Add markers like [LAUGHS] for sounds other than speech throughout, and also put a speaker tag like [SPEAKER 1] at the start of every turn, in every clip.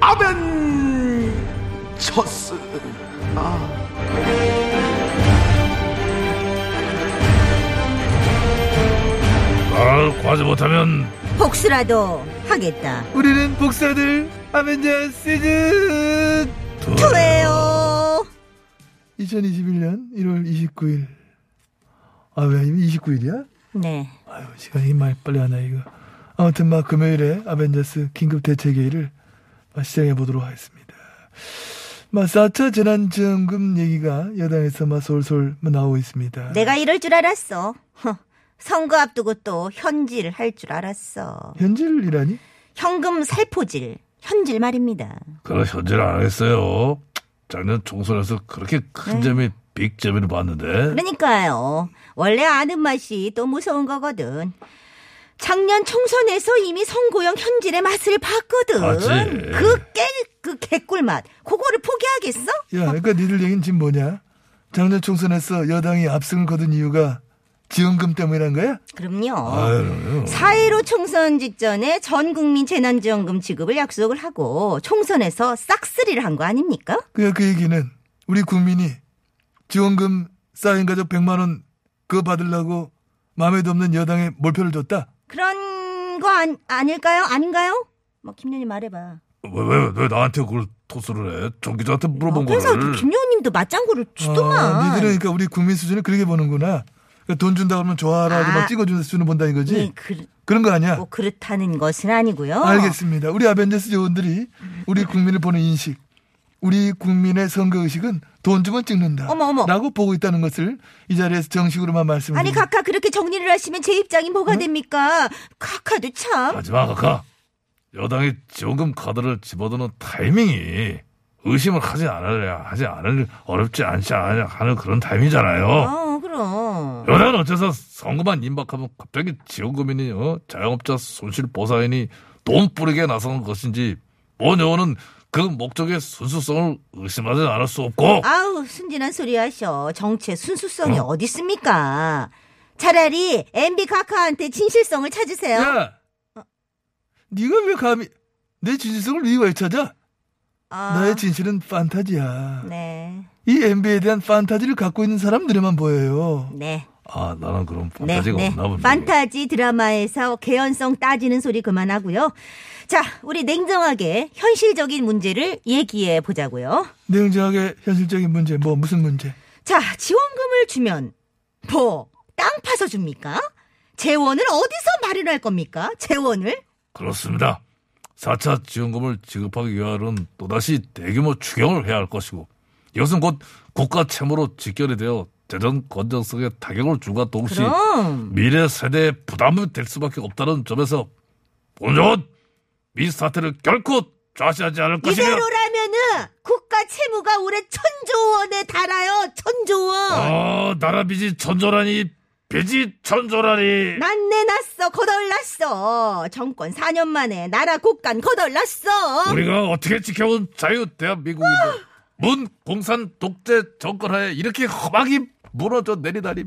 [SPEAKER 1] 아벤처스.
[SPEAKER 2] 아, 과제 못하면
[SPEAKER 3] 복수라도 하겠다.
[SPEAKER 4] 우리는 복사들 아벤져 시즌
[SPEAKER 3] 투예요.
[SPEAKER 4] 2021년 1월 29일 아왜 29일이야?
[SPEAKER 3] 네.
[SPEAKER 4] 아유 시간이 많이 빨리 가나 이거 아무튼 막 금요일에 아벤져스 긴급 대책회의를 막 시작해 보도록 하겠습니다 막 4차 재난지원금 얘기가 여당에서 막 솔솔 막 나오고 있습니다
[SPEAKER 3] 내가 이럴 줄 알았어. [LAUGHS] 허, 선거 앞두고 또 현질 할 줄 알았어.
[SPEAKER 4] 현질이라니?
[SPEAKER 3] 현금 살포질. 현질 말입니다.
[SPEAKER 2] 그거 현질 안 하겠어요. 작년 총선에서 그렇게
[SPEAKER 3] 네.
[SPEAKER 2] 큰 재미, 빅 재미를 봤는데
[SPEAKER 3] 그러니까. 그러니까요. 원래 아는 맛이 또 무서운 거거든. 작년 총선에서 이미 선고형 현질의 맛을 봤거든.
[SPEAKER 2] 맞지.
[SPEAKER 3] 그 깨, 그 개꿀 맛. 그거를 포기하겠어?
[SPEAKER 4] 야 그러니까 니들 얘기는 지금 뭐냐? 작년 총선에서 여당이 압승을 거둔 이유가 지원금 때문이란 거야?
[SPEAKER 3] 그럼요.
[SPEAKER 2] 아유,
[SPEAKER 3] 4.15 총선 직전에 전 국민 재난지원금 지급을 약속을 하고 총선에서 싹쓸이를 한 거 아닙니까?
[SPEAKER 4] 그, 그 얘기는 우리 국민이 지원금 쌓인 가족 100만원 그거 받으려고 마음에도 없는 여당에 몰표를 줬다?
[SPEAKER 3] 그런 거 안, 아닐까요? 아닌가요? 뭐, 김년이 말해봐.
[SPEAKER 2] 왜, 왜, 왜 나한테 그걸 토스를 해? 정 기자한테 물어본
[SPEAKER 3] 그래서
[SPEAKER 2] 거를.
[SPEAKER 3] 김년님도 맞장구를 주더만.
[SPEAKER 4] 아, 니들은 그러니까 우리 국민 수준을 그렇게 보는구나. 그러니까 돈 준다 그러면 좋아라 하고
[SPEAKER 3] 아.
[SPEAKER 4] 막 찍어주는 수준을 본다 이거지?
[SPEAKER 3] 네, 그,
[SPEAKER 4] 그런 거 아니야?
[SPEAKER 3] 뭐 그렇다는 것은 아니고요.
[SPEAKER 4] 알겠습니다. 우리 아벤져스 요원들이 우리 국민을 보는 인식, 우리 국민의 선거의식은 돈 주면 찍는다.
[SPEAKER 3] 어머, 어머.
[SPEAKER 4] 라고 보고 있다는 것을 이 자리에서 정식으로만 말씀을
[SPEAKER 3] 아니
[SPEAKER 4] 드립니다.
[SPEAKER 3] 각하 그렇게 정리를 하시면 제 입장이 뭐가 됩니까? 각하도 참.
[SPEAKER 2] 하지마, 카카. 여당이 지원금 카드를 집어드는 타이밍이 의심을 하지 않을래야 하지 않을 어렵지 않지 않아 하는 그런 타이밍이잖아요.
[SPEAKER 3] 어 그럼.
[SPEAKER 2] 여당 어째서 선거만 임박하면 갑자기 지원금이니 어? 자영업자 손실보상이니 돈 뿌리게 나서는 것인지 뭔 여원은 그 목적의 순수성을 의심하지 않을 수 없고
[SPEAKER 3] 아우 순진한 소리 하셔. 정체 순수성이 어? 디 있습니까? 차라리 MB 각하한테 진실성을 찾으세요.
[SPEAKER 2] 예.
[SPEAKER 4] 야! 네가 왜 감히 내 진실성을 네가 왜 찾아?
[SPEAKER 3] 아,
[SPEAKER 4] 나의 진실은 판타지야.
[SPEAKER 3] 네,
[SPEAKER 4] 이 MB에 대한 판타지를 갖고 있는 사람들에만 보여요.
[SPEAKER 3] 네,
[SPEAKER 2] 아 나는 그런
[SPEAKER 3] 네,
[SPEAKER 2] 판타지가
[SPEAKER 3] 네.
[SPEAKER 2] 없나 보네
[SPEAKER 3] 판타지 드라마에서 개연성 따지는 소리 그만하고요. 자, 우리 냉정하게 현실적인 문제를 얘기해 보자고요.
[SPEAKER 4] 냉정하게 현실적인 문제, 뭐 무슨 문제?
[SPEAKER 3] 자, 지원금을 주면 뭐 땅 파서 줍니까? 재원을 어디서 마련할 겁니까? 재원을?
[SPEAKER 2] 그렇습니다 4차 지원금을 지급하기 위하여는 또다시 대규모 추경을 해야 할 것이고 이것은 곧 국가 채무로 직결이 되어 재정 건전성에 타격을 줄과 동시에
[SPEAKER 3] 그럼
[SPEAKER 2] 미래 세대의 부담이 될 수밖에 없다는 점에서 본전 이 사태를 결코 좌시하지 않을 것이며
[SPEAKER 3] 이대로라면은 국가 채무가 올해 천조 원에 달아요. 천조 원.
[SPEAKER 2] 아 나라 빚이 천조라니 빚이 천조라니
[SPEAKER 3] 난내 났어. 거덜났어. 정권 4년 만에 나라 국간 거덜났어.
[SPEAKER 2] 우리가 어떻게 지켜온 자유 대한민국인데 문 공산 독재 정권하에 이렇게 험하게 무너져 내리다니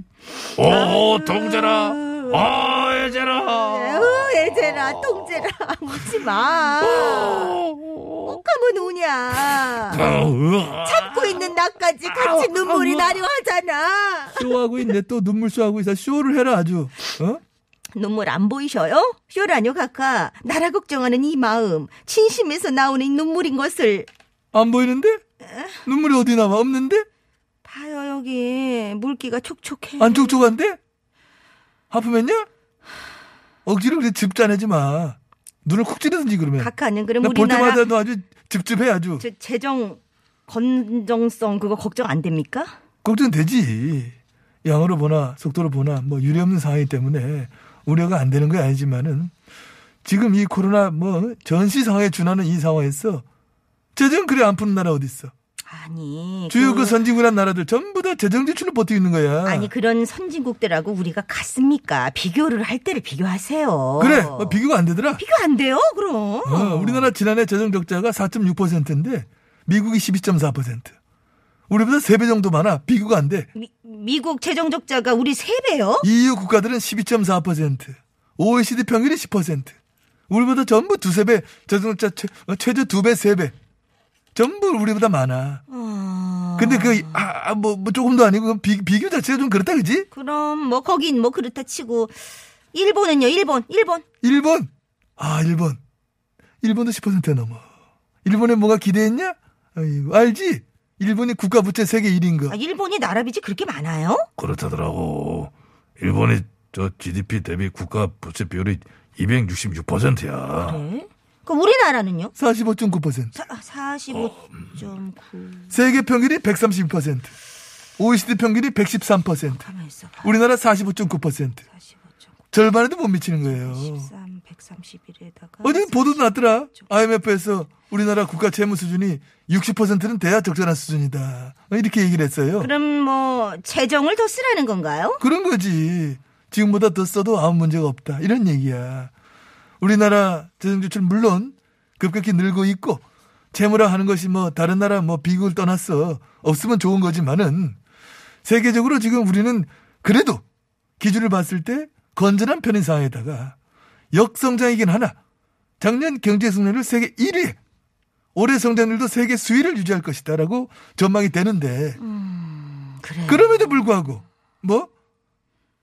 [SPEAKER 2] 오 동제라 오
[SPEAKER 4] 어.
[SPEAKER 2] 예제라
[SPEAKER 3] 에휴, 애제라 똥제라 웃지 마.
[SPEAKER 4] 어.
[SPEAKER 3] 어까면 우냐.
[SPEAKER 2] 아, 어, 으아.
[SPEAKER 3] 참고 있는 나까지 같이
[SPEAKER 4] 아,
[SPEAKER 3] 눈물이
[SPEAKER 4] 뭐.
[SPEAKER 3] 나려 하잖아.
[SPEAKER 4] 쇼하고 있네, 또 눈물 쇼하고 있어. 쇼를 해라, 아주. 어?
[SPEAKER 3] 눈물 안 보이셔요? 쇼라뇨 각하. 나라 걱정하는 이 마음, 진심에서 나오는 이 눈물인 것을
[SPEAKER 4] 안 보이는데? 눈물이 어디 나와? 없는데?
[SPEAKER 3] 봐요 여기 물기가 촉촉해.
[SPEAKER 4] 안 촉촉한데? 하품했냐? 억지로 그래 집짜내지 마. 눈을 콕 찌르든지 그러면.
[SPEAKER 3] 각하는 그럼
[SPEAKER 4] 나 볼
[SPEAKER 3] 우리나라
[SPEAKER 4] 때마다 너 아주 집집해 아주.
[SPEAKER 3] 저 재정 건정성 그거 걱정 안 됩니까?
[SPEAKER 4] 걱정되지. 양으로 보나 속도로 보나 뭐 유례 없는 상황이기 때문에 우려가 안 되는 건 아니지만은 지금 이 코로나 뭐 전시 상황에 준하는 이 상황에서 재정 그래 안 푸는 나라 어디 있어?
[SPEAKER 3] 아니.
[SPEAKER 4] 주요
[SPEAKER 3] 그-
[SPEAKER 4] 그 선진국이란 나라들 전부 다 재정 지출을 버티고 있는 거야.
[SPEAKER 3] 아니 그런 선진국들하고 우리가 같습니까? 비교를 할 때를 비교하세요.
[SPEAKER 4] 그래 어, 비교가 안 되더라.
[SPEAKER 3] 비교 안 돼요? 그럼.
[SPEAKER 4] 어, 우리나라 지난해 재정 적자가 4.6%인데 미국이 12.4%. 우리보다 3배 정도 많아. 비교가 안 돼.
[SPEAKER 3] 미, 미국 재정 적자가 우리 세 배요?
[SPEAKER 4] EU 국가들은 12.4%, OECD 평균이 10%. 우리보다 전부 두세 배, 재정자 최저 두 배, 세 배. 전부 우리보다 많아.
[SPEAKER 3] 어.
[SPEAKER 4] 근데 그, 아, 아, 뭐, 뭐 조금도 아니고 그건 비, 비교 자체가 좀 그렇다, 그지?
[SPEAKER 3] 그럼 뭐 거긴 뭐 그렇다 치고 일본은요. 일본. 일본.
[SPEAKER 4] 일본! 아, 일본. 일본도 10% 넘어. 일본에 뭐가 기대했냐? 아이고, 알지? 일본이 국가부채 세계 1인 거.
[SPEAKER 3] 아, 일본이 나라빚이 그렇게 많아요?
[SPEAKER 2] 그렇다더라고. 일본이 저 GDP 대비 국가 부채 비율이 266%야.
[SPEAKER 3] 네. 그럼 우리나라는요?
[SPEAKER 4] 45.9%.
[SPEAKER 3] 사,
[SPEAKER 4] 어, 음.
[SPEAKER 3] 45.9.
[SPEAKER 4] 세계 평균이 132%. OECD 평균이 113%.
[SPEAKER 3] 가만 있어봐.
[SPEAKER 4] 우리나라 45.9%.
[SPEAKER 3] 45.9.
[SPEAKER 4] 절반에도 못 미치는 거예요.
[SPEAKER 3] 13, 131에다가.
[SPEAKER 4] 어제 보도도 났더라. IMF에서 우리나라 국가 채무 수준이 60%는 돼야 적절한 수준이다. 어, 이렇게 얘기를 했어요.
[SPEAKER 3] 그럼 뭐 재정을 더 쓰라는 건가요?
[SPEAKER 4] 그런 거지. 지금보다 더 써도 아무 문제가 없다. 이런 얘기야. 우리나라 재정지출 물론 급격히 늘고 있고 채무라 하는 것이 뭐 다른 나라 뭐 비극을 떠났어. 없으면 좋은 거지만은 세계적으로 지금 우리는 그래도 기준을 봤을 때 건전한 편인 상황에다가 역성장이긴 하나 작년 경제 성장률 세계 1위 올해 성장률도 세계 수위를 유지할 것이다라고 전망이 되는데
[SPEAKER 3] 그래.
[SPEAKER 4] 그럼에도 불구하고 뭐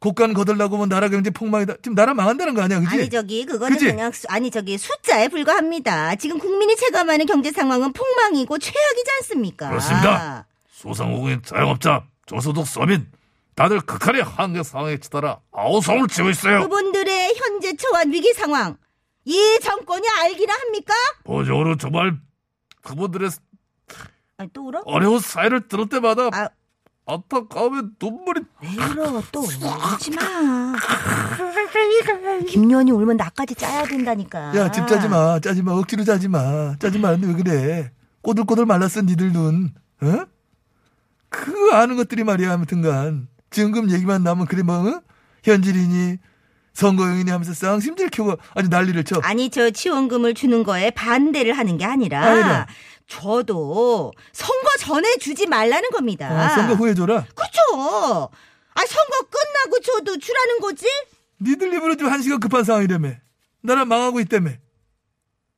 [SPEAKER 4] 고간 거덜나고 뭐 나라 경제 폭망이다. 지금 나라 망한다는 거 아니야, 그지?
[SPEAKER 3] 아니 저기 그거는
[SPEAKER 4] 그지?
[SPEAKER 3] 그냥 수- 아니 저기 숫자에 불과합니다. 지금 국민이 체감하는 경제 상황은 폭망이고 최악이지 않습니까?
[SPEAKER 2] 그렇습니다. 소상공인 자영업자 저소득 서민 다들 극한의 한계 상황에 치달아 아우성을 치고 있어요.
[SPEAKER 3] 그분들의 현재 처한 위기 상황 이 정권이 알기나 합니까?
[SPEAKER 2] 보적으로 정말 그분들의
[SPEAKER 3] 아, 또 울어?
[SPEAKER 2] 어려운 사연을 들을 때마다
[SPEAKER 3] 아,
[SPEAKER 2] 안타까움에 눈물이
[SPEAKER 3] 왜 울어 또 울지
[SPEAKER 4] [LAUGHS]
[SPEAKER 3] 마. 김연이 울면 나까지 짜야 된다니까.
[SPEAKER 4] 야, 집 짜지 마. 짜지 마. 억지로 짜지 마. 짜지 마는데 왜 그래? 꼬들꼬들 말랐어, 니들 눈. 어? 그 아는 것들이 말이야, 아무튼간. 지금금 얘기만 나면 그래 뭐 어? 현질이니 선거용이니 하면서 쌍심질 켜고 아주 난리를 쳐.
[SPEAKER 3] 아니 저 지원금을 주는 거에 반대를 하는 게 아니라
[SPEAKER 4] 아니라.
[SPEAKER 3] 저도 선거 전에 주지 말라는 겁니다.
[SPEAKER 4] 어, 선거 후에 줘라.
[SPEAKER 3] 그쵸? 아 선거 끝나고 저도 주라는 거지?
[SPEAKER 4] 니들 입으로 지금 한 시간 급한 상황이라며. 나라 망하고 있다며.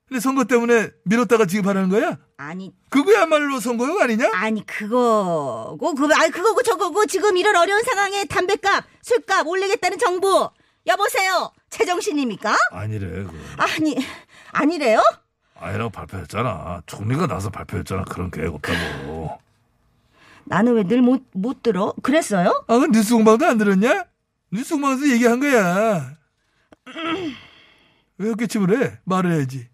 [SPEAKER 4] 근데 선거 때문에 미뤘다가 지급하라는 거야?
[SPEAKER 3] 아니
[SPEAKER 4] 그거야말로 선거용 아니냐?
[SPEAKER 3] 아니 그거고 그 아니 그거고 저거고 지금 이런 어려운 상황에 담배값 술값 올리겠다는 정부 여보세요 제정신입니까?
[SPEAKER 2] 아니래. 그거.
[SPEAKER 3] 아니 아니래요?
[SPEAKER 2] 아니라고 발표했잖아. 총리가 나서 발표했잖아. 그런 계획 없다고.
[SPEAKER 3] 나는 왜 늘 못 못 들어? 그랬어요?
[SPEAKER 4] 아, 그 뉴스 공방도 안 들었냐? 뉴스 공방에서 얘기한 거야. [CLEARS THROAT] 왜 헛기침을 해? 말을 해야지.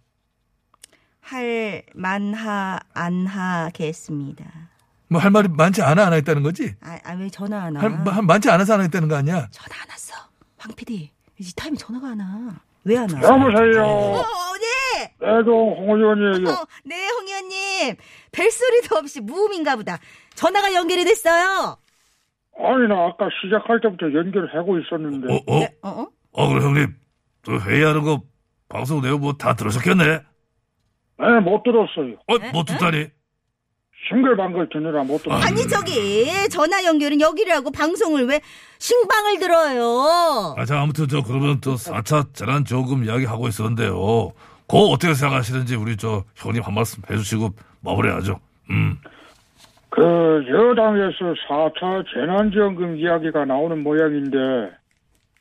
[SPEAKER 3] 할 만하 안하겠습니다.
[SPEAKER 4] 뭐 할 말이 많지 않아 안 했다는 거지?
[SPEAKER 3] 아왜 전화 안 와?
[SPEAKER 4] 할, 마- 많지 않아서 안 했다는 거 아니야?
[SPEAKER 3] 전화 안 왔어. 황 PD 이 타임에 전화가 안 와. 왜 안 와?
[SPEAKER 5] 여보세요.
[SPEAKER 3] 어, 네.
[SPEAKER 5] 애동 홍의원이에요.
[SPEAKER 3] 어, 네, 홍 의원님. 벨소리도 없이 무음인가 보다. 전화가 연결이 됐어요.
[SPEAKER 5] 아니 나 아까 시작할 때부터 연결하고 있었는데
[SPEAKER 2] 어, 어?
[SPEAKER 3] 어, 어?
[SPEAKER 2] 어, 그래, 형님. 또 회의하는 거 방송 내용 뭐 다 들으셨겠네?
[SPEAKER 5] 네, 못 들었어요.
[SPEAKER 2] 어, 못 듣다니?
[SPEAKER 5] 싱글방글 듣느라 못 들었어요.
[SPEAKER 3] 아니, 저기, 전화 연결은 여기라고 방송을 왜 신방을 들어요?
[SPEAKER 2] 아, 자, 아무튼 저 그러면 또 4차 재난지원금 이야기 하고 있었는데요. 그거 어떻게 생각하시는지 우리 저 형님 한 말씀 해주시고 마무리하죠. 음.
[SPEAKER 5] 그 여당에서 4차 재난지원금 이야기가 나오는 모양인데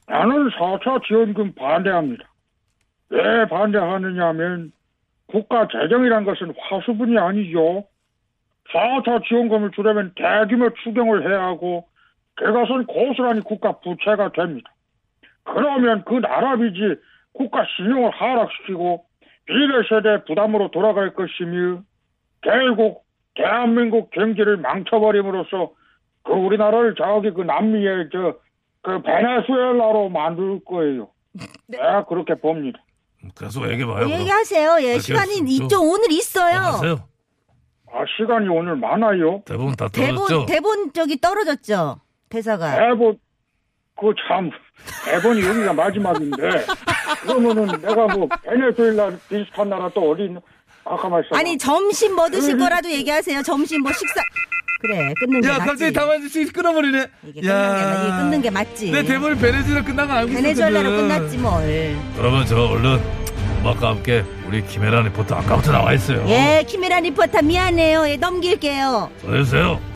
[SPEAKER 5] 나는 4차 지원금 반대합니다. 왜 반대하느냐 하면 국가 재정이란 것은 화수분이 아니죠. 4차 지원금을 주려면 대규모 추경을 해야 하고 그것은 고스란히 국가 부채가 됩니다. 그러면 그 나라 빚이 국가 신용을 하락시키고 미래세대 부담으로 돌아갈 것이며 결국 대한민국 경제를 망쳐버림으로써 그 우리나라를 저기 그 남미의 저 그 베네수엘라로 만들 거예요.
[SPEAKER 3] 네.
[SPEAKER 5] 내가 그렇게 봅니다.
[SPEAKER 2] 그래서 얘기해봐요. 그럼.
[SPEAKER 3] 얘기하세요. 예,
[SPEAKER 2] 알겠습니다.
[SPEAKER 3] 시간이 있죠. 오늘
[SPEAKER 2] 어,
[SPEAKER 3] 있어요.
[SPEAKER 2] 하세요.
[SPEAKER 5] 아, 시간이 오늘 많아요.
[SPEAKER 2] 대부분 다
[SPEAKER 3] 대본
[SPEAKER 2] 떨어졌죠?
[SPEAKER 3] 대본 저기 떨어졌죠. 대사가.
[SPEAKER 5] 대본 그 참 대본이
[SPEAKER 3] [LAUGHS]
[SPEAKER 5] 여기가 마지막인데 그러면은 내가 뭐 베네수엘라 비슷한 나라 또 어디 있나? 아까 말씀
[SPEAKER 3] 아니 점심 뭐 드실 거라도 얘기하세요. 점심 뭐 식사. 그래 끊는 게
[SPEAKER 4] 야,
[SPEAKER 3] 맞지.
[SPEAKER 4] 갑자기 담아주씩 끊어버리네.
[SPEAKER 3] 이게 끊는 게
[SPEAKER 4] 야.
[SPEAKER 3] 맞- 이게 끊는 게 맞지.
[SPEAKER 4] 내 대본이 베네수엘라 끝난 거 알고 있었거든.
[SPEAKER 3] 베네수엘라로 끝났지 뭘.
[SPEAKER 2] 그러면 저 얼른 음악과 함께 우리 김혜란 리포터 아까부터 나와 있어요.
[SPEAKER 3] 예, 키메라 리포터 미안해요. 예, 넘길게요.
[SPEAKER 2] 전해주세요.